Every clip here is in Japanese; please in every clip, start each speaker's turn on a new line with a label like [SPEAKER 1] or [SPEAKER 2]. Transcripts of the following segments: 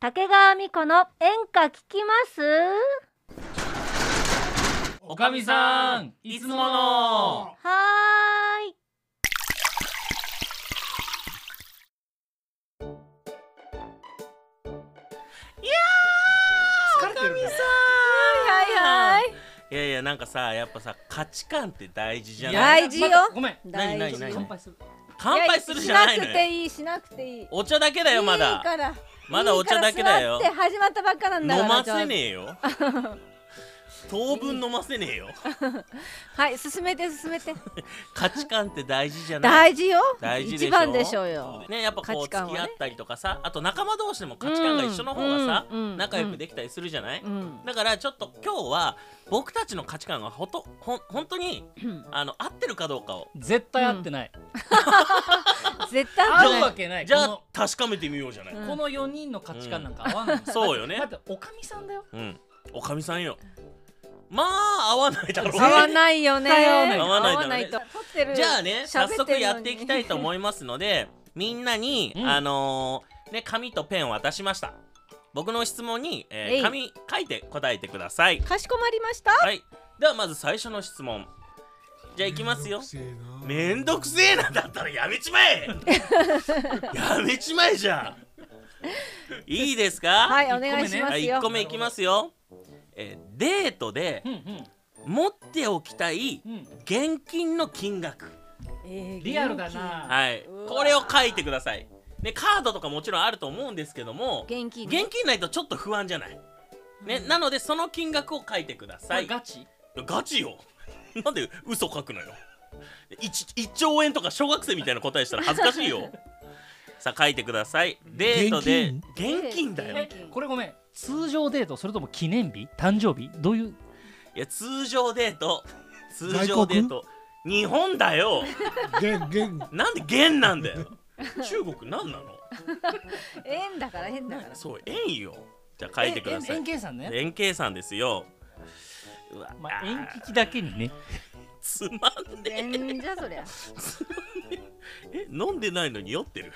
[SPEAKER 1] 竹川美子の演歌聞きます
[SPEAKER 2] おかみさんいつもの
[SPEAKER 1] はーい
[SPEAKER 3] 疲れてるね
[SPEAKER 2] はいはい
[SPEAKER 4] いやいやなんかさやっぱさ価値観って大事じゃない
[SPEAKER 1] 大事よ
[SPEAKER 2] またごめん
[SPEAKER 4] 何何
[SPEAKER 1] 大
[SPEAKER 4] 何
[SPEAKER 1] 事
[SPEAKER 2] 乾杯する
[SPEAKER 4] 乾杯するじゃない
[SPEAKER 1] やしな
[SPEAKER 4] の
[SPEAKER 1] くて
[SPEAKER 4] よ
[SPEAKER 1] いいしなくていい
[SPEAKER 4] お茶だけだよま
[SPEAKER 1] いい
[SPEAKER 4] だ
[SPEAKER 1] から
[SPEAKER 4] まだお茶だけだよ
[SPEAKER 1] いいから座って始まったばっかなん
[SPEAKER 4] 飲
[SPEAKER 1] だから
[SPEAKER 4] ませ
[SPEAKER 1] ちょっ
[SPEAKER 4] ねえよ当分飲ませねえよ
[SPEAKER 1] とはい進めて進めて
[SPEAKER 4] 価値観って大事じゃない
[SPEAKER 1] 大事よ
[SPEAKER 4] 大事でしょ
[SPEAKER 1] 一番でしょうよ
[SPEAKER 4] ねやっぱ
[SPEAKER 1] 価
[SPEAKER 4] こう
[SPEAKER 1] 値観
[SPEAKER 4] 付
[SPEAKER 1] はね
[SPEAKER 4] き合ったりとかさあと仲間同士でも価値観が一緒の方がさ
[SPEAKER 1] うんうんうん
[SPEAKER 4] 仲良くできたりするじゃない
[SPEAKER 1] うん
[SPEAKER 4] だからちょっと今日は僕たちの価値観がほとほん本当にあの合ってるかどうかを
[SPEAKER 2] 絶対合ってない
[SPEAKER 1] 絶対
[SPEAKER 2] 合
[SPEAKER 1] 合
[SPEAKER 2] う
[SPEAKER 1] わ
[SPEAKER 2] わ
[SPEAKER 1] ない
[SPEAKER 2] けない
[SPEAKER 4] じゃ
[SPEAKER 2] こ
[SPEAKER 4] あ確かめてみようじゃない
[SPEAKER 1] うん
[SPEAKER 2] のこの4人の価値観なんか合わない
[SPEAKER 4] そうよね
[SPEAKER 2] だっておかみさんだよ
[SPEAKER 4] うん、おかみさんよ。まあ合わないだろうね
[SPEAKER 1] 合わないよね
[SPEAKER 2] 絶対
[SPEAKER 4] 合わない
[SPEAKER 1] 合わないと
[SPEAKER 4] 合
[SPEAKER 1] 撮ってる
[SPEAKER 4] じゃあね
[SPEAKER 1] 喋
[SPEAKER 4] 早
[SPEAKER 1] ってるのに
[SPEAKER 4] 速やっていきたいと思います のでみんなに、
[SPEAKER 2] うん
[SPEAKER 4] あのーね紙とペンを渡しました。僕の質問に、えー
[SPEAKER 1] えい
[SPEAKER 4] 紙書いて答えてください。
[SPEAKER 1] かしこまりました
[SPEAKER 4] はい。ではまず最初の質問。じゃあいきますよ。めんどくせえなだったらやめち まえやめちまえじゃんいいですか
[SPEAKER 1] はい
[SPEAKER 2] 一
[SPEAKER 1] お
[SPEAKER 2] 個目ね
[SPEAKER 1] 願いします
[SPEAKER 4] 1個
[SPEAKER 1] よ
[SPEAKER 4] 目いきますよ。えーデートで
[SPEAKER 2] うんう
[SPEAKER 4] 持っておきたい
[SPEAKER 2] んうん
[SPEAKER 4] 現金の金額
[SPEAKER 2] リアルだな
[SPEAKER 4] はいこれを書いてくださいねカードとかもちろんあると思うんですけども
[SPEAKER 1] 現金
[SPEAKER 4] 現金ないとちょっと不安じゃないねなのでその金額を書いてくだ
[SPEAKER 2] こ
[SPEAKER 4] さ
[SPEAKER 2] れ
[SPEAKER 4] い
[SPEAKER 2] ガチ
[SPEAKER 4] ガチよ なんで嘘書くのよ 1, 兆円とか小学生みたいな答えしたら恥ずかしいよさあ書いてくださいデートで現金だよ
[SPEAKER 2] えこれごめん通常デートそれとも記念日誕生日どういう
[SPEAKER 4] いや通常デート通常デート日本だよ
[SPEAKER 3] 現現
[SPEAKER 4] なんで元なんだよ中国なんなの
[SPEAKER 1] 円だから円だ から
[SPEAKER 4] そう円よじゃあ書いてくださ
[SPEAKER 2] ええ円
[SPEAKER 4] い
[SPEAKER 2] 計算ね
[SPEAKER 4] 円計算ですようわ、
[SPEAKER 2] まあ円利きだけにね
[SPEAKER 4] つまんね
[SPEAKER 1] 円じゃそりゃ
[SPEAKER 4] え飲んでないのに酔ってる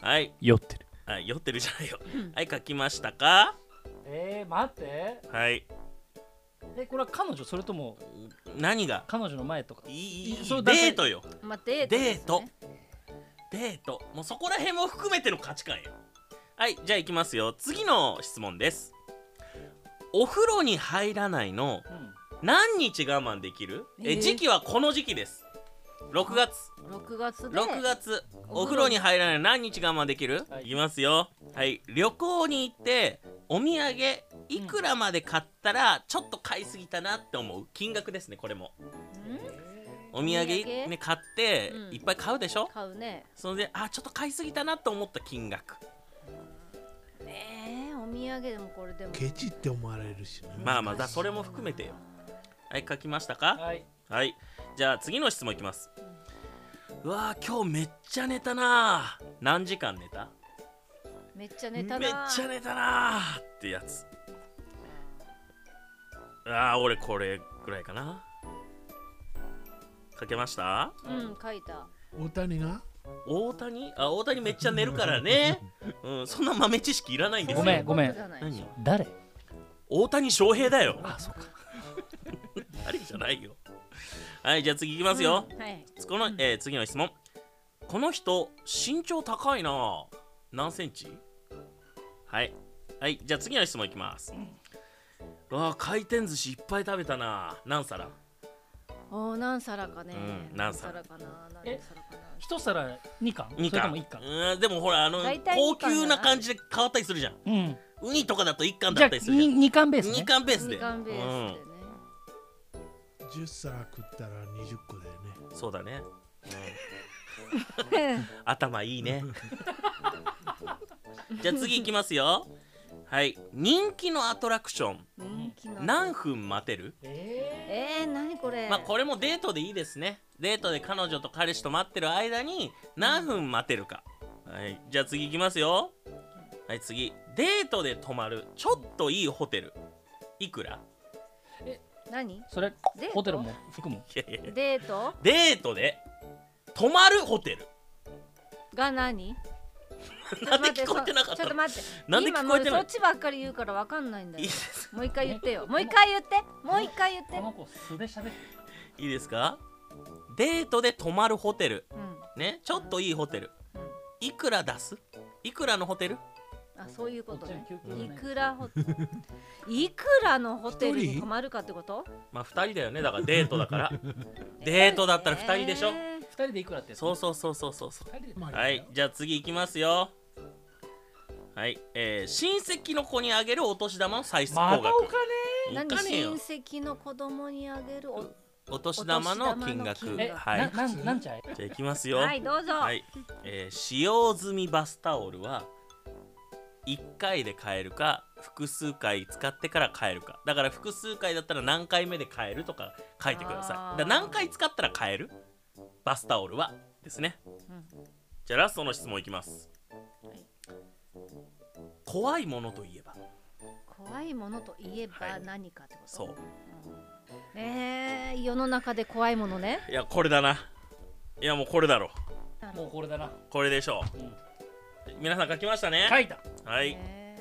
[SPEAKER 4] はい
[SPEAKER 2] 酔ってる
[SPEAKER 4] あ酔ってるじゃないよはい書きましたか
[SPEAKER 2] えー、待って
[SPEAKER 4] はい
[SPEAKER 2] えこれは彼女それとも
[SPEAKER 4] 何が
[SPEAKER 2] 彼女の前とか
[SPEAKER 4] いいいい
[SPEAKER 2] そうだって
[SPEAKER 4] デートよ
[SPEAKER 1] まあデート
[SPEAKER 4] デ
[SPEAKER 1] で
[SPEAKER 4] ー
[SPEAKER 1] す
[SPEAKER 4] ト
[SPEAKER 1] ね
[SPEAKER 4] デートもうそこら辺も含めての価値観よはいじゃあいきますよ次の質問ですお風呂に入らないの
[SPEAKER 2] うん
[SPEAKER 4] 何日我慢できる
[SPEAKER 1] え
[SPEAKER 4] え、
[SPEAKER 1] ー
[SPEAKER 4] 時期はこの時期です6月
[SPEAKER 1] 6月で
[SPEAKER 4] 6月
[SPEAKER 1] お風呂
[SPEAKER 4] お風呂に入らない何日我慢できる、
[SPEAKER 2] はい
[SPEAKER 4] い、きますよはい旅行に行ってお土産いくらまで買ったらちょっと買いすぎたなって思う金額ですねこれも
[SPEAKER 1] うん
[SPEAKER 4] お土産
[SPEAKER 1] お土産
[SPEAKER 4] ね買って
[SPEAKER 1] うん
[SPEAKER 4] いっぱい買うでしょ、
[SPEAKER 1] 買うね
[SPEAKER 4] それであちょっと買いすぎたなと思った金額
[SPEAKER 1] えー、お土産でもこれでも
[SPEAKER 3] ケチって思われるしな
[SPEAKER 4] まあまあだそれも含めてよはい書きましたか
[SPEAKER 2] はい
[SPEAKER 4] はいじゃあ次の質問いきますうわー今日めっちゃ寝たなー何時間寝た
[SPEAKER 1] めっちゃ寝たな
[SPEAKER 4] めっちゃ寝たなーってやつあー俺これぐらいかな書けました
[SPEAKER 1] うん書いた
[SPEAKER 3] 大谷が
[SPEAKER 4] 大谷あ大谷めっちゃ寝るか らねうんそんな豆知識いらないんですよ
[SPEAKER 2] ごめんごめん
[SPEAKER 1] そういうことじゃない
[SPEAKER 4] 何よ
[SPEAKER 2] 誰
[SPEAKER 4] 大谷翔平だよあそっか誰じゃないよはいじゃあ次いきますよ、
[SPEAKER 1] うんはい
[SPEAKER 4] この、えー次の質問この人身長高いなあ何センチはいはいじゃあ次の質問いきます、うわあ回転寿司いっぱい食べたな何皿
[SPEAKER 1] おー何皿かね、
[SPEAKER 4] うん何皿
[SPEAKER 1] かな何
[SPEAKER 2] え
[SPEAKER 1] 皿か
[SPEAKER 2] 一皿二貫
[SPEAKER 4] 2
[SPEAKER 2] それと
[SPEAKER 4] 貫
[SPEAKER 2] も一貫
[SPEAKER 4] うんでもほらあの
[SPEAKER 1] 大体
[SPEAKER 4] 高
[SPEAKER 1] 二貫だな
[SPEAKER 4] 級な感じで変わったりするじゃん
[SPEAKER 2] うん
[SPEAKER 4] ウニとかだと1貫
[SPEAKER 2] じ
[SPEAKER 4] だ
[SPEAKER 2] ゃあ
[SPEAKER 4] ったりするじゃん
[SPEAKER 2] 二貫ベース
[SPEAKER 4] 2
[SPEAKER 2] ね
[SPEAKER 4] 貫ベー
[SPEAKER 1] な
[SPEAKER 4] スで
[SPEAKER 1] みかんベースでね、
[SPEAKER 3] 10皿食ったら20個だよね
[SPEAKER 4] うん、そうだね、うん頭いいね じゃあ次いきますよはい人気のアトラクション
[SPEAKER 1] 人気の
[SPEAKER 4] 何分待てる、
[SPEAKER 2] え
[SPEAKER 1] えー、何これ
[SPEAKER 4] まあこれもデートでいいですねデートで彼女と彼氏と待ってる間に何分待てるか、はいじゃあ次いきますよはい次デートで泊まるちょっといいホテルいくら
[SPEAKER 1] 何
[SPEAKER 2] ーそれ
[SPEAKER 1] デート
[SPEAKER 2] ホテルも含む
[SPEAKER 4] いやいやいや
[SPEAKER 1] デート
[SPEAKER 4] デートで泊まるホテル
[SPEAKER 1] が何
[SPEAKER 4] なんで聞こえてなかっ
[SPEAKER 1] ちょ
[SPEAKER 4] た
[SPEAKER 1] っと
[SPEAKER 4] の
[SPEAKER 1] 待って。
[SPEAKER 4] なんで聞こえて
[SPEAKER 1] 今もそ
[SPEAKER 4] ないう
[SPEAKER 1] っちばっかり言うからわかんないんだ
[SPEAKER 4] いい
[SPEAKER 1] よ
[SPEAKER 4] で。す
[SPEAKER 1] もう一回言ってよ。もう一回言って。もう一回言って
[SPEAKER 2] こ。の子素で喋って
[SPEAKER 4] いいですかデートで泊まるホテル
[SPEAKER 1] うん。
[SPEAKER 4] ねちょっといいホテル
[SPEAKER 1] うん
[SPEAKER 4] いくら出すいくらのホテル
[SPEAKER 1] あ、そういうことね
[SPEAKER 2] こっちの。
[SPEAKER 1] い
[SPEAKER 2] 休憩
[SPEAKER 1] くらホテル。いくらのホテル
[SPEAKER 3] 一
[SPEAKER 1] に
[SPEAKER 3] 人
[SPEAKER 1] 泊まるかってこと？
[SPEAKER 4] まあ2人だよねだからデートだから デートだったら二人でしょ
[SPEAKER 1] え
[SPEAKER 2] 二人でいくらって
[SPEAKER 4] そううそうそうそうそうそう
[SPEAKER 2] 二人で
[SPEAKER 3] まあ
[SPEAKER 4] はいじゃあ次いきますよはいえー、親戚の子にあげるお年玉の歳出
[SPEAKER 2] ま
[SPEAKER 4] 高
[SPEAKER 2] た
[SPEAKER 4] 額、
[SPEAKER 2] お金
[SPEAKER 1] ー。
[SPEAKER 4] い
[SPEAKER 1] 何
[SPEAKER 4] かねえ
[SPEAKER 1] 親
[SPEAKER 4] よ
[SPEAKER 1] 戚の子供にあげるお。
[SPEAKER 4] お年玉の金
[SPEAKER 1] お年
[SPEAKER 4] 額
[SPEAKER 1] 玉の金額
[SPEAKER 2] え、
[SPEAKER 4] はい
[SPEAKER 2] ななんなんちゃい
[SPEAKER 4] じゃあいきますよ
[SPEAKER 1] はいどうぞ。
[SPEAKER 4] はい、えー使用済みバスタオルは1回で買えるか複数回使ってから買えるかだから複数回だったら何回目で買えるとか書いてください
[SPEAKER 1] あー
[SPEAKER 4] だから何回使ったら買えるバスタオルはですね
[SPEAKER 1] うん
[SPEAKER 4] じゃあラストの質問いきます、
[SPEAKER 1] い
[SPEAKER 4] 怖いものといえば
[SPEAKER 1] 怖いものといえ
[SPEAKER 4] は
[SPEAKER 1] ば
[SPEAKER 4] い
[SPEAKER 1] 何かってこと？
[SPEAKER 4] そう
[SPEAKER 1] うん。えー、世の中で怖いものね。
[SPEAKER 4] いやこれだないやもうこれだろ
[SPEAKER 2] もうこれだな、
[SPEAKER 4] これでしょ
[SPEAKER 2] うん、
[SPEAKER 4] う皆さん書きましたね
[SPEAKER 2] 書いた
[SPEAKER 4] はい、
[SPEAKER 1] え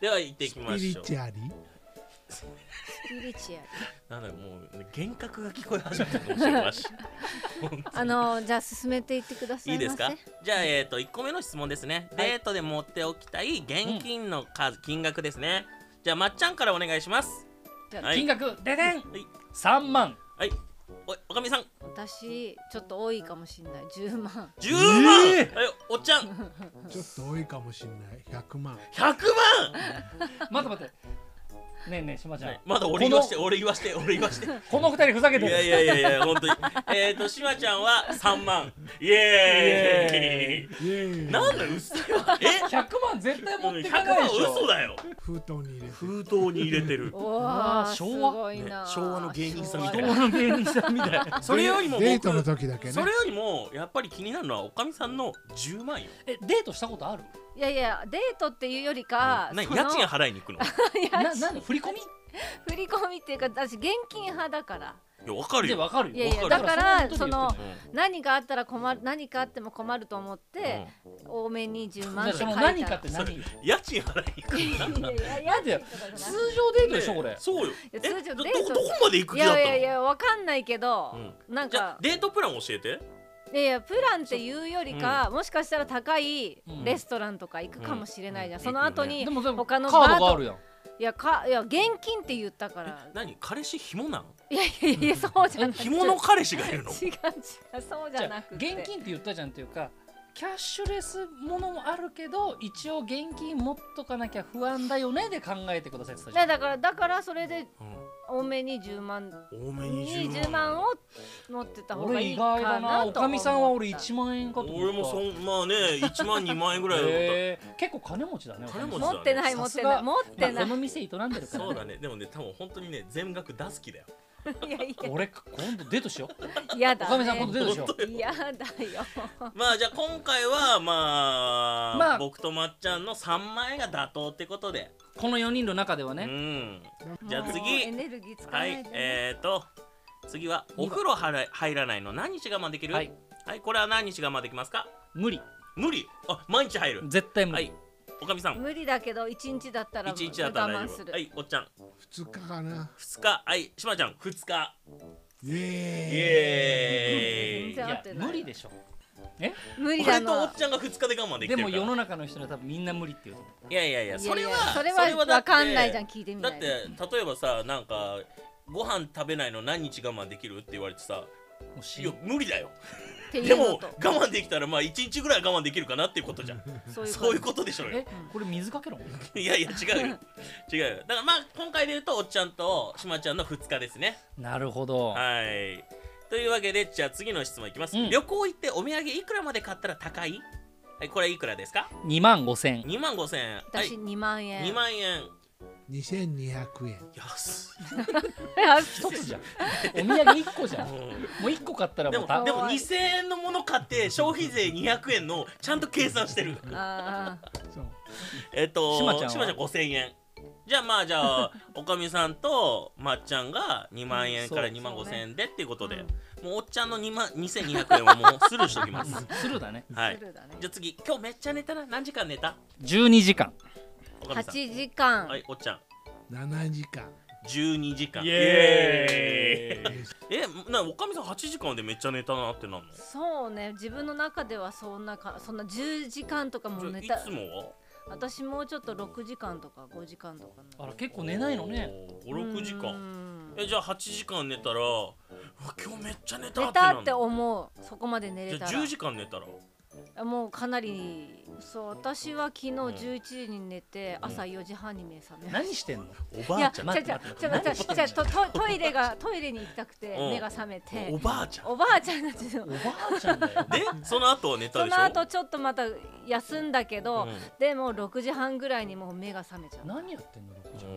[SPEAKER 4] では行ってきま
[SPEAKER 3] スピリ
[SPEAKER 4] し
[SPEAKER 3] チ
[SPEAKER 4] ょう
[SPEAKER 3] ュアリー
[SPEAKER 1] ースピリチュアル。
[SPEAKER 4] なんだろうもう幻覚が聞こえ始めたかもしれ ないし
[SPEAKER 1] あのじゃあ進めていってくださいませ。
[SPEAKER 4] いいですかじゃあ、えー、と1個目の質問ですね、
[SPEAKER 2] はい
[SPEAKER 4] デートで持っておきたい現金の数、金額ですねじゃあまっちゃんからお願いします
[SPEAKER 1] じゃあ
[SPEAKER 4] はい
[SPEAKER 2] 金額ででん
[SPEAKER 4] はい
[SPEAKER 2] 3万
[SPEAKER 4] はいおおかみさん
[SPEAKER 1] 私ちょっと多いかもしれない。10万。
[SPEAKER 4] 10万、
[SPEAKER 2] え
[SPEAKER 4] はいおっちゃん100
[SPEAKER 3] ちょっと多いかもしれない100
[SPEAKER 4] 万、
[SPEAKER 3] 万
[SPEAKER 2] 待って待ってねえねえしまちゃん、
[SPEAKER 4] ねまだ俺言わして俺言わして俺言わしてい
[SPEAKER 2] この二人ふざけてる
[SPEAKER 4] やいやいやいや本当に えっとしまちゃんは3万イエーイ
[SPEAKER 3] イエーイ
[SPEAKER 4] なんだうっせえわえ
[SPEAKER 2] 100万絶対持って
[SPEAKER 4] 100
[SPEAKER 2] かない
[SPEAKER 4] 万
[SPEAKER 2] でしょ
[SPEAKER 4] 嘘だよ
[SPEAKER 3] 封筒に入れて
[SPEAKER 4] 封筒に入れてる
[SPEAKER 1] お
[SPEAKER 2] わ
[SPEAKER 1] お
[SPEAKER 2] ー
[SPEAKER 1] す
[SPEAKER 2] 昭和
[SPEAKER 1] ごいな、
[SPEAKER 4] ね昭和の芸人さんみたい
[SPEAKER 2] 昭
[SPEAKER 4] な
[SPEAKER 2] 和の芸人さんみたい
[SPEAKER 4] それよりも
[SPEAKER 3] デートの
[SPEAKER 4] 僕
[SPEAKER 3] 時だけね
[SPEAKER 4] それよりもやっぱり気になるのはおかみさんの10万よ
[SPEAKER 2] えデートしたことある
[SPEAKER 1] いやいやデートっていうよりか、
[SPEAKER 4] 何
[SPEAKER 1] そ
[SPEAKER 4] 家
[SPEAKER 1] の
[SPEAKER 4] 賃払いに行くの
[SPEAKER 2] ななん振り込み
[SPEAKER 1] 振り込みっていうか私現金派だから。
[SPEAKER 4] いやわかる
[SPEAKER 2] で
[SPEAKER 4] よ、
[SPEAKER 2] わかるよ
[SPEAKER 1] いやいや
[SPEAKER 4] わ
[SPEAKER 1] だ
[SPEAKER 4] る
[SPEAKER 1] から
[SPEAKER 2] そ
[SPEAKER 1] そ
[SPEAKER 2] んな
[SPEAKER 1] の
[SPEAKER 2] こ
[SPEAKER 4] う
[SPEAKER 1] 何かあったら困る何かあっても困ると思っ
[SPEAKER 4] ん
[SPEAKER 1] て、多めに10
[SPEAKER 2] ん
[SPEAKER 1] 万っ
[SPEAKER 2] な
[SPEAKER 1] て書
[SPEAKER 2] そ
[SPEAKER 1] い
[SPEAKER 2] の
[SPEAKER 1] た。
[SPEAKER 2] 何かって
[SPEAKER 4] それ
[SPEAKER 2] 何よ
[SPEAKER 4] 家賃払いに行くんだ
[SPEAKER 1] いやいやいや
[SPEAKER 2] だって
[SPEAKER 1] 家賃とかじゃ
[SPEAKER 2] 通
[SPEAKER 1] ない
[SPEAKER 2] 常デートでしょこ
[SPEAKER 4] ね
[SPEAKER 2] れ
[SPEAKER 4] えそうよえ
[SPEAKER 1] や通常
[SPEAKER 4] どど
[SPEAKER 1] デート
[SPEAKER 4] どこまで行く
[SPEAKER 1] い
[SPEAKER 4] 気だった
[SPEAKER 1] や
[SPEAKER 4] の
[SPEAKER 1] いやいやわかんないけど、なん
[SPEAKER 4] じゃあ
[SPEAKER 1] か
[SPEAKER 4] デートプラン教えて
[SPEAKER 1] いやいやプランっていうよりか、もしかしたら高い
[SPEAKER 2] うん
[SPEAKER 1] レストランとか行くかもしれないじゃん、
[SPEAKER 4] うん
[SPEAKER 1] その後に、
[SPEAKER 2] でもでもカ
[SPEAKER 1] 他
[SPEAKER 2] ー
[SPEAKER 1] の
[SPEAKER 2] ド
[SPEAKER 1] バー
[SPEAKER 2] が
[SPEAKER 1] と
[SPEAKER 2] あるやん
[SPEAKER 1] いやかいや現金って言ったから
[SPEAKER 4] え何彼氏紐なん
[SPEAKER 1] いやいやいやそうじゃなくて
[SPEAKER 4] 紐の彼氏が いるの
[SPEAKER 1] 違う違うそうじゃ
[SPEAKER 2] じゃあ
[SPEAKER 1] なくて
[SPEAKER 2] 現金って言ったじゃんっていうかキャッシュレスものもあるけど一応現金持っとかなきゃ不安だよねで考えてくださいって
[SPEAKER 1] い
[SPEAKER 2] 言ったじゃ
[SPEAKER 1] や
[SPEAKER 2] ん
[SPEAKER 1] だからだからそれで多めに10万
[SPEAKER 4] うん多めに
[SPEAKER 1] に
[SPEAKER 4] 10
[SPEAKER 1] 10
[SPEAKER 4] 万
[SPEAKER 1] 万を持ってた方が
[SPEAKER 2] 俺
[SPEAKER 1] い
[SPEAKER 2] 意
[SPEAKER 1] いか
[SPEAKER 2] 外
[SPEAKER 1] な
[SPEAKER 2] だな
[SPEAKER 1] と
[SPEAKER 2] おかみさんは俺1
[SPEAKER 1] 万
[SPEAKER 2] 万円かと思った
[SPEAKER 4] 俺もそんまあね1万2万円ぐらい だと思った
[SPEAKER 2] へー結構金持ちだねおかみさん
[SPEAKER 4] 金
[SPEAKER 1] 持ってない持ってない持って
[SPEAKER 2] ま
[SPEAKER 1] な
[SPEAKER 2] あ
[SPEAKER 1] い
[SPEAKER 2] この店営んでるから、
[SPEAKER 4] そうだねでもね多分本当にね全額出す気だよ
[SPEAKER 1] いやい
[SPEAKER 2] 俺今度デートしよう
[SPEAKER 1] ややだ
[SPEAKER 2] おかみさん今度デートしよう
[SPEAKER 1] やだよ
[SPEAKER 4] まあじゃあ今回はまあ、
[SPEAKER 2] まあ
[SPEAKER 4] 僕とまっちゃんの3万円が妥当ってことで、
[SPEAKER 2] この4人の中では
[SPEAKER 4] う
[SPEAKER 2] ね、
[SPEAKER 4] んじゃあ次
[SPEAKER 1] もうエネルギー使わ
[SPEAKER 4] は
[SPEAKER 1] ないいでね
[SPEAKER 4] えーと次はお風呂はら入らないの何日我慢できる
[SPEAKER 2] は
[SPEAKER 4] はいい、これは何日我慢できますか
[SPEAKER 2] 無理
[SPEAKER 4] 無理あ毎日入る
[SPEAKER 2] 絶対無理、
[SPEAKER 4] はいおかみさん
[SPEAKER 1] 無理だけど一日だったら
[SPEAKER 4] 1日だったら
[SPEAKER 1] 我
[SPEAKER 4] 大
[SPEAKER 1] 慢
[SPEAKER 4] 丈
[SPEAKER 1] す
[SPEAKER 4] 夫
[SPEAKER 1] る、
[SPEAKER 4] はいおっちゃん
[SPEAKER 3] 2日かな
[SPEAKER 4] 2日はいしまちゃん2日
[SPEAKER 3] イエ
[SPEAKER 4] イ
[SPEAKER 3] ーイ
[SPEAKER 1] 全
[SPEAKER 4] エ
[SPEAKER 2] い
[SPEAKER 4] ーイ
[SPEAKER 1] 然合
[SPEAKER 2] や
[SPEAKER 1] ってない
[SPEAKER 2] 無理でしょ
[SPEAKER 1] 無理だ
[SPEAKER 4] 俺とお
[SPEAKER 1] な
[SPEAKER 4] っちゃんが2日で我慢できてる
[SPEAKER 2] で
[SPEAKER 4] か
[SPEAKER 2] も
[SPEAKER 4] ら
[SPEAKER 2] 世の中の人は多分みんな無理っていうと思
[SPEAKER 4] いやいやいやそれはい
[SPEAKER 1] やいやそれは
[SPEAKER 4] だって
[SPEAKER 1] わかんないじゃん聞いてみ
[SPEAKER 4] だ
[SPEAKER 1] な
[SPEAKER 4] っ
[SPEAKER 1] い
[SPEAKER 4] て
[SPEAKER 1] と
[SPEAKER 4] 例えばさなんかご飯食べないの何日我慢できるって言われてさ
[SPEAKER 2] うもう
[SPEAKER 4] い
[SPEAKER 2] 死ぬ
[SPEAKER 4] や無理だよ
[SPEAKER 1] ってい
[SPEAKER 4] で
[SPEAKER 1] うの
[SPEAKER 4] も
[SPEAKER 1] と
[SPEAKER 4] 我慢できたらまあ1日ぐらい我慢できるかなっていうことじゃん
[SPEAKER 1] そう
[SPEAKER 4] そういう
[SPEAKER 1] と
[SPEAKER 4] ことでしょうよ
[SPEAKER 2] えこれ水かけろ
[SPEAKER 4] いやいや 違うよ違うよだからまあ今回で言うとおっちゃんとしまちゃんの2日ですね
[SPEAKER 2] なるほど
[SPEAKER 4] はいというわけでじゃあ次の質問いきます、
[SPEAKER 2] うん
[SPEAKER 4] 旅行行ってお土産いくらまで買ったら高いはいこれいくらですか
[SPEAKER 2] 2万5千
[SPEAKER 4] 2万5千円はい
[SPEAKER 1] 私2万円
[SPEAKER 4] 2 万円
[SPEAKER 3] 2200円
[SPEAKER 4] 安っ
[SPEAKER 2] 一つじゃんお土産1個じゃんも
[SPEAKER 4] うん
[SPEAKER 2] う1個買ったら
[SPEAKER 4] でも
[SPEAKER 2] もうた
[SPEAKER 4] でも
[SPEAKER 1] 可愛い
[SPEAKER 4] 2000円のもの買って消費税200円のちゃんと計算してる
[SPEAKER 1] あー
[SPEAKER 3] そう
[SPEAKER 4] えっと
[SPEAKER 2] しまちゃんは
[SPEAKER 4] しまちゃん5000円じゃあまあ じゃあおかみさんとまっちゃんが2万円から
[SPEAKER 2] うん
[SPEAKER 4] 2万
[SPEAKER 1] そう
[SPEAKER 4] 5000円でっていうことで、
[SPEAKER 1] うん
[SPEAKER 4] もうおっちゃんの2万2200円はもうスルーしときます。
[SPEAKER 2] するだね
[SPEAKER 4] はい
[SPEAKER 1] す。るだね
[SPEAKER 4] じゃあ次、今日めっちゃ寝たな。何時間寝た
[SPEAKER 2] 12時間
[SPEAKER 4] おかみさ
[SPEAKER 1] 8
[SPEAKER 4] ん。
[SPEAKER 1] 時間、
[SPEAKER 4] はい、おっちゃん。
[SPEAKER 3] 7時間
[SPEAKER 4] 12時間。イ
[SPEAKER 2] エーイ
[SPEAKER 4] エーイえ、なおかみさん8時間でめっちゃ寝たなってなんの
[SPEAKER 1] そうね自分の中ではそんなかそんな10時間とかも寝
[SPEAKER 4] じゃ
[SPEAKER 1] た
[SPEAKER 4] あいつもは
[SPEAKER 1] 私もうちょっと6時間とか5時間とかな
[SPEAKER 2] あら結構寝ないのね
[SPEAKER 4] おー。5、6時
[SPEAKER 1] う
[SPEAKER 4] 間。
[SPEAKER 1] ん
[SPEAKER 4] え、じゃあ8時間寝たら、うわ今日めっちゃ寝た
[SPEAKER 1] 寝
[SPEAKER 4] ってな
[SPEAKER 1] た
[SPEAKER 4] んの
[SPEAKER 1] って思うそこまで寝れ
[SPEAKER 4] じ
[SPEAKER 1] た
[SPEAKER 4] ゃあ
[SPEAKER 1] ら
[SPEAKER 4] 10時間寝たら。
[SPEAKER 1] もうかなりそう私は昨日
[SPEAKER 4] ん
[SPEAKER 1] 11時に寝て、
[SPEAKER 4] うん
[SPEAKER 1] 朝4時半に目覚めまし
[SPEAKER 2] 何してんの
[SPEAKER 4] お
[SPEAKER 1] たい
[SPEAKER 4] ばあ
[SPEAKER 1] や
[SPEAKER 4] ち
[SPEAKER 1] ち
[SPEAKER 4] ゃ
[SPEAKER 1] ゃ
[SPEAKER 4] ん。
[SPEAKER 1] ちゃちゃちゃちゃトトイレがトイレに行きたくて
[SPEAKER 4] うん
[SPEAKER 1] 目が覚めて
[SPEAKER 4] おばあちゃん。
[SPEAKER 1] おばあちゃんたちの
[SPEAKER 2] おばあちゃんだよ
[SPEAKER 4] で、その後は寝た
[SPEAKER 1] そ
[SPEAKER 4] でしょ
[SPEAKER 1] の後ちょっとまた休んだけど、
[SPEAKER 4] うん
[SPEAKER 1] でも6時半ぐらいにもう目が覚めちゃう
[SPEAKER 2] 何やってんの6時
[SPEAKER 4] う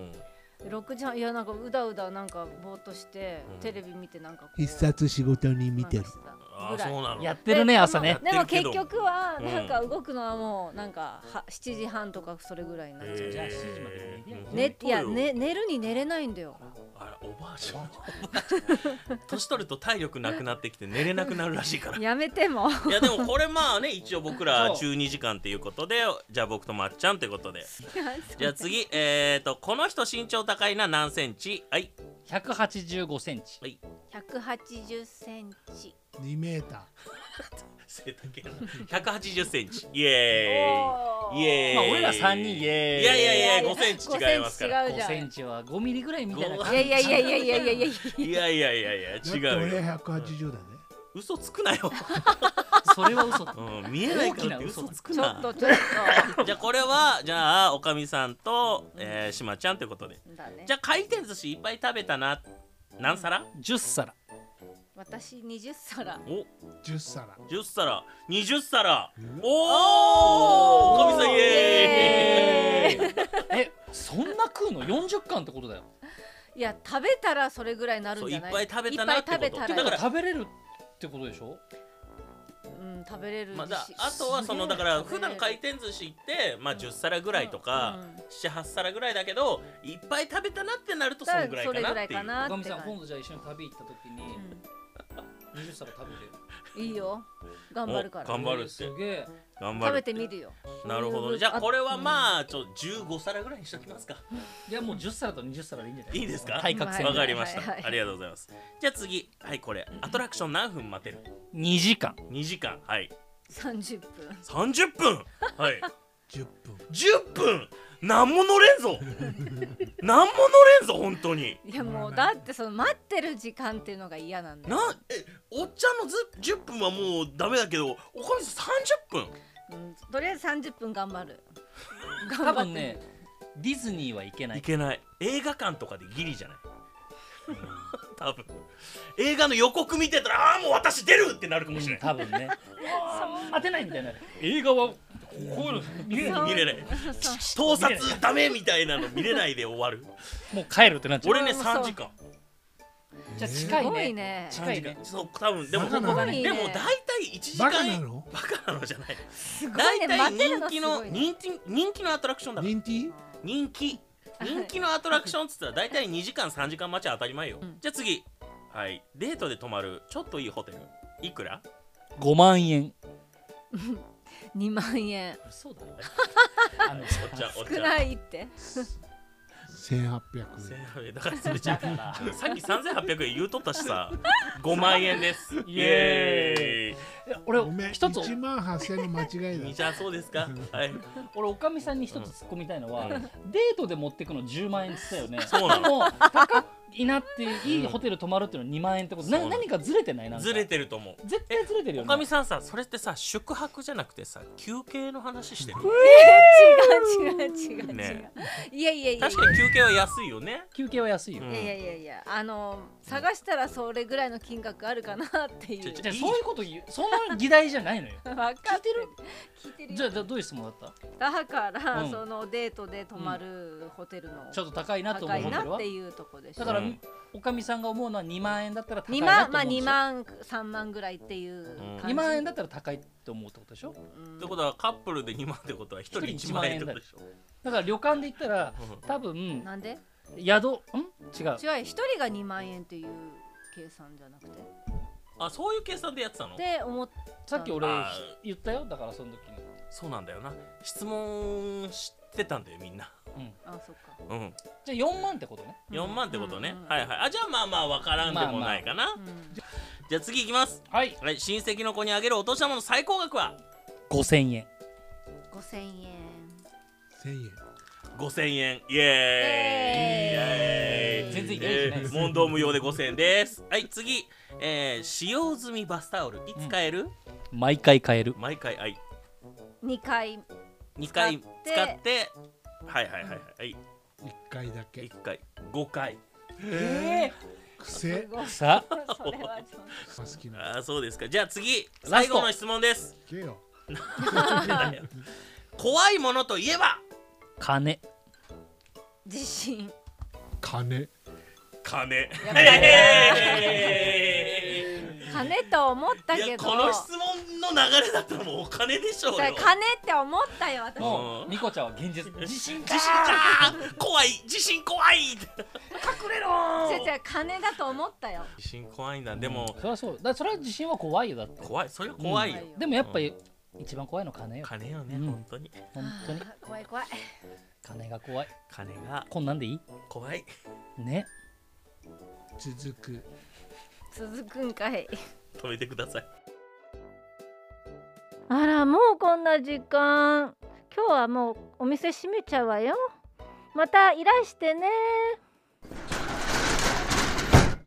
[SPEAKER 4] ん
[SPEAKER 1] 6時半いやなんかうだうだなんかぼーっとして、
[SPEAKER 4] うん
[SPEAKER 1] テレビ見てなんかこう
[SPEAKER 3] 必殺仕事に見てる
[SPEAKER 1] なんかしてた
[SPEAKER 4] あ
[SPEAKER 1] ぐ
[SPEAKER 4] あそ
[SPEAKER 1] らいう
[SPEAKER 4] なの
[SPEAKER 2] やってるね
[SPEAKER 1] で
[SPEAKER 2] 朝ね
[SPEAKER 1] でも
[SPEAKER 4] やってる
[SPEAKER 1] 結
[SPEAKER 4] けど
[SPEAKER 1] 局は
[SPEAKER 4] うん
[SPEAKER 1] なんか動くのはもうなんかは7時半とかそれぐらいになっちゃう、
[SPEAKER 4] え
[SPEAKER 2] じゃあ7時まで寝りゃいい
[SPEAKER 1] ね、いや、
[SPEAKER 4] 本当よ
[SPEAKER 1] ね、寝るに寝れないんだよ。
[SPEAKER 4] あらおばあちゃん 年取ると体力なくなってきて寝れなくなるらしいから
[SPEAKER 1] やめても。
[SPEAKER 4] いやでもこれまあね一応僕ら
[SPEAKER 2] そ
[SPEAKER 4] 12時間ということでじゃあ僕とまっちゃんということでじゃあ次えっ、ー、とこの人身長高いな何センチはい
[SPEAKER 2] 185センチ
[SPEAKER 1] 百八十センチ。
[SPEAKER 3] 2メータ
[SPEAKER 4] 背丈180センチイエーイイエーイ
[SPEAKER 2] まあ俺ら3人イエーイ
[SPEAKER 4] いやいやいや
[SPEAKER 1] いやいや
[SPEAKER 4] 5センチ違いますから
[SPEAKER 1] 5違うじ
[SPEAKER 2] 5
[SPEAKER 1] ゃん
[SPEAKER 2] センチは5ミリぐらいみたいな感
[SPEAKER 1] い
[SPEAKER 2] じ
[SPEAKER 1] やいやいやいやいやいやいや。
[SPEAKER 4] いやいやいやいや
[SPEAKER 3] ー
[SPEAKER 4] 違うよ
[SPEAKER 3] だって俺180だね、
[SPEAKER 4] 嘘つくなよ、
[SPEAKER 2] それは嘘だ
[SPEAKER 4] うん、見えないからって嘘つく
[SPEAKER 1] ちょ
[SPEAKER 4] な
[SPEAKER 1] っとちょっ
[SPEAKER 4] じゃあこれはじゃあおかみさんと、えー、しまちゃんということで
[SPEAKER 1] と。だね
[SPEAKER 4] じ。ゃあ回転寿司いっぱい食べたな何皿
[SPEAKER 2] 10皿
[SPEAKER 1] 私二十皿。
[SPEAKER 4] お
[SPEAKER 3] 10皿
[SPEAKER 4] 10皿20皿
[SPEAKER 3] うん
[SPEAKER 4] おおお
[SPEAKER 1] おー
[SPEAKER 4] かみさんイエーイ
[SPEAKER 2] えそんな食うの40貫ってことだよ
[SPEAKER 1] いや、食べたらそれぐらいになる
[SPEAKER 4] そ
[SPEAKER 1] ん
[SPEAKER 4] う
[SPEAKER 1] じ
[SPEAKER 4] い
[SPEAKER 1] ゃ
[SPEAKER 4] っ
[SPEAKER 1] ない。
[SPEAKER 4] ぱい食べたなってこと
[SPEAKER 1] いっぱい食べた。
[SPEAKER 4] だからら
[SPEAKER 2] 食べれるってことでしょ
[SPEAKER 1] うん、食べれる。
[SPEAKER 4] まあ、だあとはそのだから普段回転寿司行って、まあ、10皿ぐらいとか、
[SPEAKER 1] うん
[SPEAKER 4] 78皿ぐらいだけどいっぱい食べたなってなるとそのぐらい
[SPEAKER 1] それぐ
[SPEAKER 4] からなっ
[SPEAKER 1] い
[SPEAKER 4] ていう
[SPEAKER 1] か
[SPEAKER 2] お
[SPEAKER 1] な
[SPEAKER 2] か
[SPEAKER 1] っ
[SPEAKER 2] み
[SPEAKER 1] て
[SPEAKER 2] さん
[SPEAKER 1] 感
[SPEAKER 2] 今度じゃあ一緒に旅行った時に
[SPEAKER 1] じ。
[SPEAKER 2] 20皿食べてる
[SPEAKER 1] うんいいよ。頑張るか
[SPEAKER 4] お
[SPEAKER 1] ら
[SPEAKER 4] 頑。張るって
[SPEAKER 2] えーすげえ
[SPEAKER 4] 頑張
[SPEAKER 1] 食べ
[SPEAKER 4] る
[SPEAKER 1] てみるよ。
[SPEAKER 4] なるほどじゃあこれはまあちょ15皿ぐらいにしときますか
[SPEAKER 2] いやもう10皿と20皿でいいんじゃない
[SPEAKER 4] いいですか
[SPEAKER 2] 対角線
[SPEAKER 4] わ
[SPEAKER 1] はい
[SPEAKER 4] かりました、
[SPEAKER 1] はいはい
[SPEAKER 4] ありがとうございますじゃあ次はいこれアトラクション何分待てる
[SPEAKER 2] 2時間
[SPEAKER 4] 2時間はい
[SPEAKER 1] 三十分。
[SPEAKER 4] 30分はい
[SPEAKER 3] 10分
[SPEAKER 4] 10分何も乗れ んぞ何も乗れんぞ本当に
[SPEAKER 1] いやもう
[SPEAKER 3] まあ
[SPEAKER 1] だってその待ってる時間っていうのが嫌なんだ
[SPEAKER 4] な
[SPEAKER 1] よ、
[SPEAKER 4] えおっちゃんのず10分はもうダメだけどおかみさん30分
[SPEAKER 1] うん、とりあえず30分頑張る
[SPEAKER 2] 多
[SPEAKER 1] 頑張って
[SPEAKER 2] 分ねディズニーは行けないい
[SPEAKER 4] けない映画館とかでギリじゃない多分映画の予告見てたらああもう私出るってなるかもしれない
[SPEAKER 2] 多分 ね当てないみたいな映画はこういうの見れない
[SPEAKER 4] 見れない盗撮ダメみたいなの見れないで終わる
[SPEAKER 2] もう帰るってなっちゃう
[SPEAKER 4] 俺ね
[SPEAKER 1] そう
[SPEAKER 4] 3時間
[SPEAKER 2] じゃあ
[SPEAKER 1] す
[SPEAKER 2] 近
[SPEAKER 1] ご
[SPEAKER 2] い
[SPEAKER 1] い
[SPEAKER 2] ね
[SPEAKER 1] ね
[SPEAKER 2] 近いね
[SPEAKER 4] そう多分でも
[SPEAKER 3] バカなの
[SPEAKER 4] ここ
[SPEAKER 1] すごいね
[SPEAKER 4] でも大体1時間
[SPEAKER 3] バカなの
[SPEAKER 4] バカなのじゃない
[SPEAKER 1] すごい
[SPEAKER 4] 大
[SPEAKER 1] ね
[SPEAKER 4] 体
[SPEAKER 1] 待てる
[SPEAKER 4] 人
[SPEAKER 1] の
[SPEAKER 4] 気
[SPEAKER 1] す
[SPEAKER 4] の
[SPEAKER 1] ごいね
[SPEAKER 4] 人気人気のアトラクションだから
[SPEAKER 3] 人気
[SPEAKER 4] 人気人気のアトラクションっつったら大体2時間3時間待ちは当たり前よ
[SPEAKER 1] うん
[SPEAKER 4] じゃあ次はいデートで泊まるちょっといいホテルいくら
[SPEAKER 2] 5万円
[SPEAKER 1] 2万円
[SPEAKER 2] そうだ あの
[SPEAKER 4] お茶お
[SPEAKER 1] 少
[SPEAKER 4] 茶
[SPEAKER 1] ないって
[SPEAKER 3] 1800円
[SPEAKER 4] 1800円だからそれじ
[SPEAKER 2] だ
[SPEAKER 4] ゃ
[SPEAKER 2] から
[SPEAKER 4] あさっき3800円言うとった しさ5万円です
[SPEAKER 2] イ
[SPEAKER 4] イ
[SPEAKER 2] エ
[SPEAKER 4] エ
[SPEAKER 2] いや俺
[SPEAKER 3] ごめん
[SPEAKER 2] 一つ
[SPEAKER 3] 1万8000円の間違いだ
[SPEAKER 4] ーイじゃあそうですかはい
[SPEAKER 2] 俺おかみさんに一つ突っ込みたいのは、
[SPEAKER 4] うん
[SPEAKER 2] デートで持ってくの10万円って言ってたよね
[SPEAKER 4] そうなの
[SPEAKER 2] でも高いなっていいホテル泊まるっていうのは2万円ってこと、な
[SPEAKER 4] そうなの
[SPEAKER 2] 何かずれてないなんか
[SPEAKER 4] ずれてると思う
[SPEAKER 2] 絶対ずれてるよ
[SPEAKER 4] お
[SPEAKER 2] ね
[SPEAKER 4] かみさんさそれってさ宿泊じゃなくてさ休憩の話してる
[SPEAKER 1] 違う違う違う違う、
[SPEAKER 4] ね
[SPEAKER 1] いやいやいやい
[SPEAKER 4] 確かに休憩は安いよね
[SPEAKER 2] 休憩は安いよ、
[SPEAKER 4] うん
[SPEAKER 1] やいやいやいやあの探したらそれぐらいの金額あるかなってい
[SPEAKER 4] ちょ
[SPEAKER 1] う
[SPEAKER 4] ちょ
[SPEAKER 2] じゃあそういうこと言うそんな議題じ ゃないのよ
[SPEAKER 1] 分かってる聞いてる
[SPEAKER 2] じゃあじゃあどういう質問だった
[SPEAKER 1] だから、
[SPEAKER 2] うん
[SPEAKER 1] そのデートで泊まるホテルの
[SPEAKER 2] ちょっと高いなと思
[SPEAKER 1] 高
[SPEAKER 2] うホ
[SPEAKER 1] い
[SPEAKER 2] テ
[SPEAKER 1] な
[SPEAKER 2] ルは
[SPEAKER 1] っていうとこでしょ
[SPEAKER 2] だから、
[SPEAKER 4] うん
[SPEAKER 2] おかみさんが思うのは2万円だったら高い
[SPEAKER 1] 2
[SPEAKER 2] な
[SPEAKER 1] 万
[SPEAKER 2] と
[SPEAKER 1] まあ
[SPEAKER 2] 思うんで
[SPEAKER 1] 2
[SPEAKER 2] すよ
[SPEAKER 1] 万3万ぐらいっていう感じ、
[SPEAKER 2] 2万円だったら高いって思うってことでしょ
[SPEAKER 1] うん
[SPEAKER 4] ってことはカップルで2万ってことは1人1万円ってことでしょ
[SPEAKER 2] だから旅館で言ったら
[SPEAKER 4] うん
[SPEAKER 2] 多分
[SPEAKER 1] なんで
[SPEAKER 2] 宿ん違う
[SPEAKER 1] 違うよ一人が2万円っていう計算じゃなくて
[SPEAKER 4] あそういう計算でやってたの
[SPEAKER 1] て思っ
[SPEAKER 2] さっき俺
[SPEAKER 4] あ
[SPEAKER 2] 言ったよだからその時に
[SPEAKER 4] そうなんだよな質問してたんだよみんな
[SPEAKER 1] あそっか
[SPEAKER 4] うん
[SPEAKER 2] じゃあ4万ってことね
[SPEAKER 4] 4万ってことね、
[SPEAKER 1] うん
[SPEAKER 4] はいはいあじゃあまあまあわからんでもないかな、
[SPEAKER 1] うん
[SPEAKER 4] じゃあ次いきます
[SPEAKER 2] はい
[SPEAKER 4] はい親戚の子にあげるお年玉の最高額は
[SPEAKER 2] 5000円
[SPEAKER 1] 5000円
[SPEAKER 3] 1000円
[SPEAKER 4] 5000円イエーイイエーイ
[SPEAKER 2] 全然いけない
[SPEAKER 4] え
[SPEAKER 2] じゃないです
[SPEAKER 4] ー問答無用で5000円ですはい次、えー使用済みバスタオルいつ買える、
[SPEAKER 2] 毎回買える
[SPEAKER 4] 毎回はい
[SPEAKER 1] 2回
[SPEAKER 4] 2回使
[SPEAKER 1] 使
[SPEAKER 4] っ
[SPEAKER 1] ってて
[SPEAKER 4] はいはいはいはい、
[SPEAKER 3] 1回だけ
[SPEAKER 4] 1回5回
[SPEAKER 2] え
[SPEAKER 3] くせ
[SPEAKER 1] ごい
[SPEAKER 2] さあ
[SPEAKER 1] それはちょっ
[SPEAKER 3] 好きな
[SPEAKER 4] ああそうですかじゃあ次
[SPEAKER 2] ラ
[SPEAKER 4] 最
[SPEAKER 2] スト
[SPEAKER 4] 後の質問です
[SPEAKER 3] いけよ
[SPEAKER 4] 怖いものといえば
[SPEAKER 2] 金
[SPEAKER 1] と自信
[SPEAKER 3] 金
[SPEAKER 4] 金
[SPEAKER 1] やっぱり
[SPEAKER 4] えー
[SPEAKER 1] 金と思った
[SPEAKER 4] い
[SPEAKER 1] け
[SPEAKER 4] や
[SPEAKER 1] ど
[SPEAKER 4] この質問の流れだったらもうお金でしょうよ
[SPEAKER 1] それ金って思ったよ私
[SPEAKER 2] も
[SPEAKER 4] う
[SPEAKER 2] うんニコちゃんは現実自信
[SPEAKER 4] 地震か怖い地震怖い隠れろ
[SPEAKER 1] 先生金だと思ったよ
[SPEAKER 4] 地震怖いんだでも
[SPEAKER 2] それはそうだからそれは自信は怖いよだって
[SPEAKER 4] 怖いそれは怖いよ
[SPEAKER 1] うん
[SPEAKER 2] でもやっぱり一番怖いのは金よ
[SPEAKER 4] 金よね
[SPEAKER 2] うん
[SPEAKER 4] 本当に
[SPEAKER 2] 本当に
[SPEAKER 1] あー怖い怖い
[SPEAKER 2] 金が怖い
[SPEAKER 4] 金が
[SPEAKER 2] こんなんでいい
[SPEAKER 4] 怖い
[SPEAKER 2] ね
[SPEAKER 3] 続く
[SPEAKER 1] 続くんかい
[SPEAKER 4] 止めてください
[SPEAKER 1] あらもうこんな時間今日はもうお店閉めちゃうわよまたいらしてね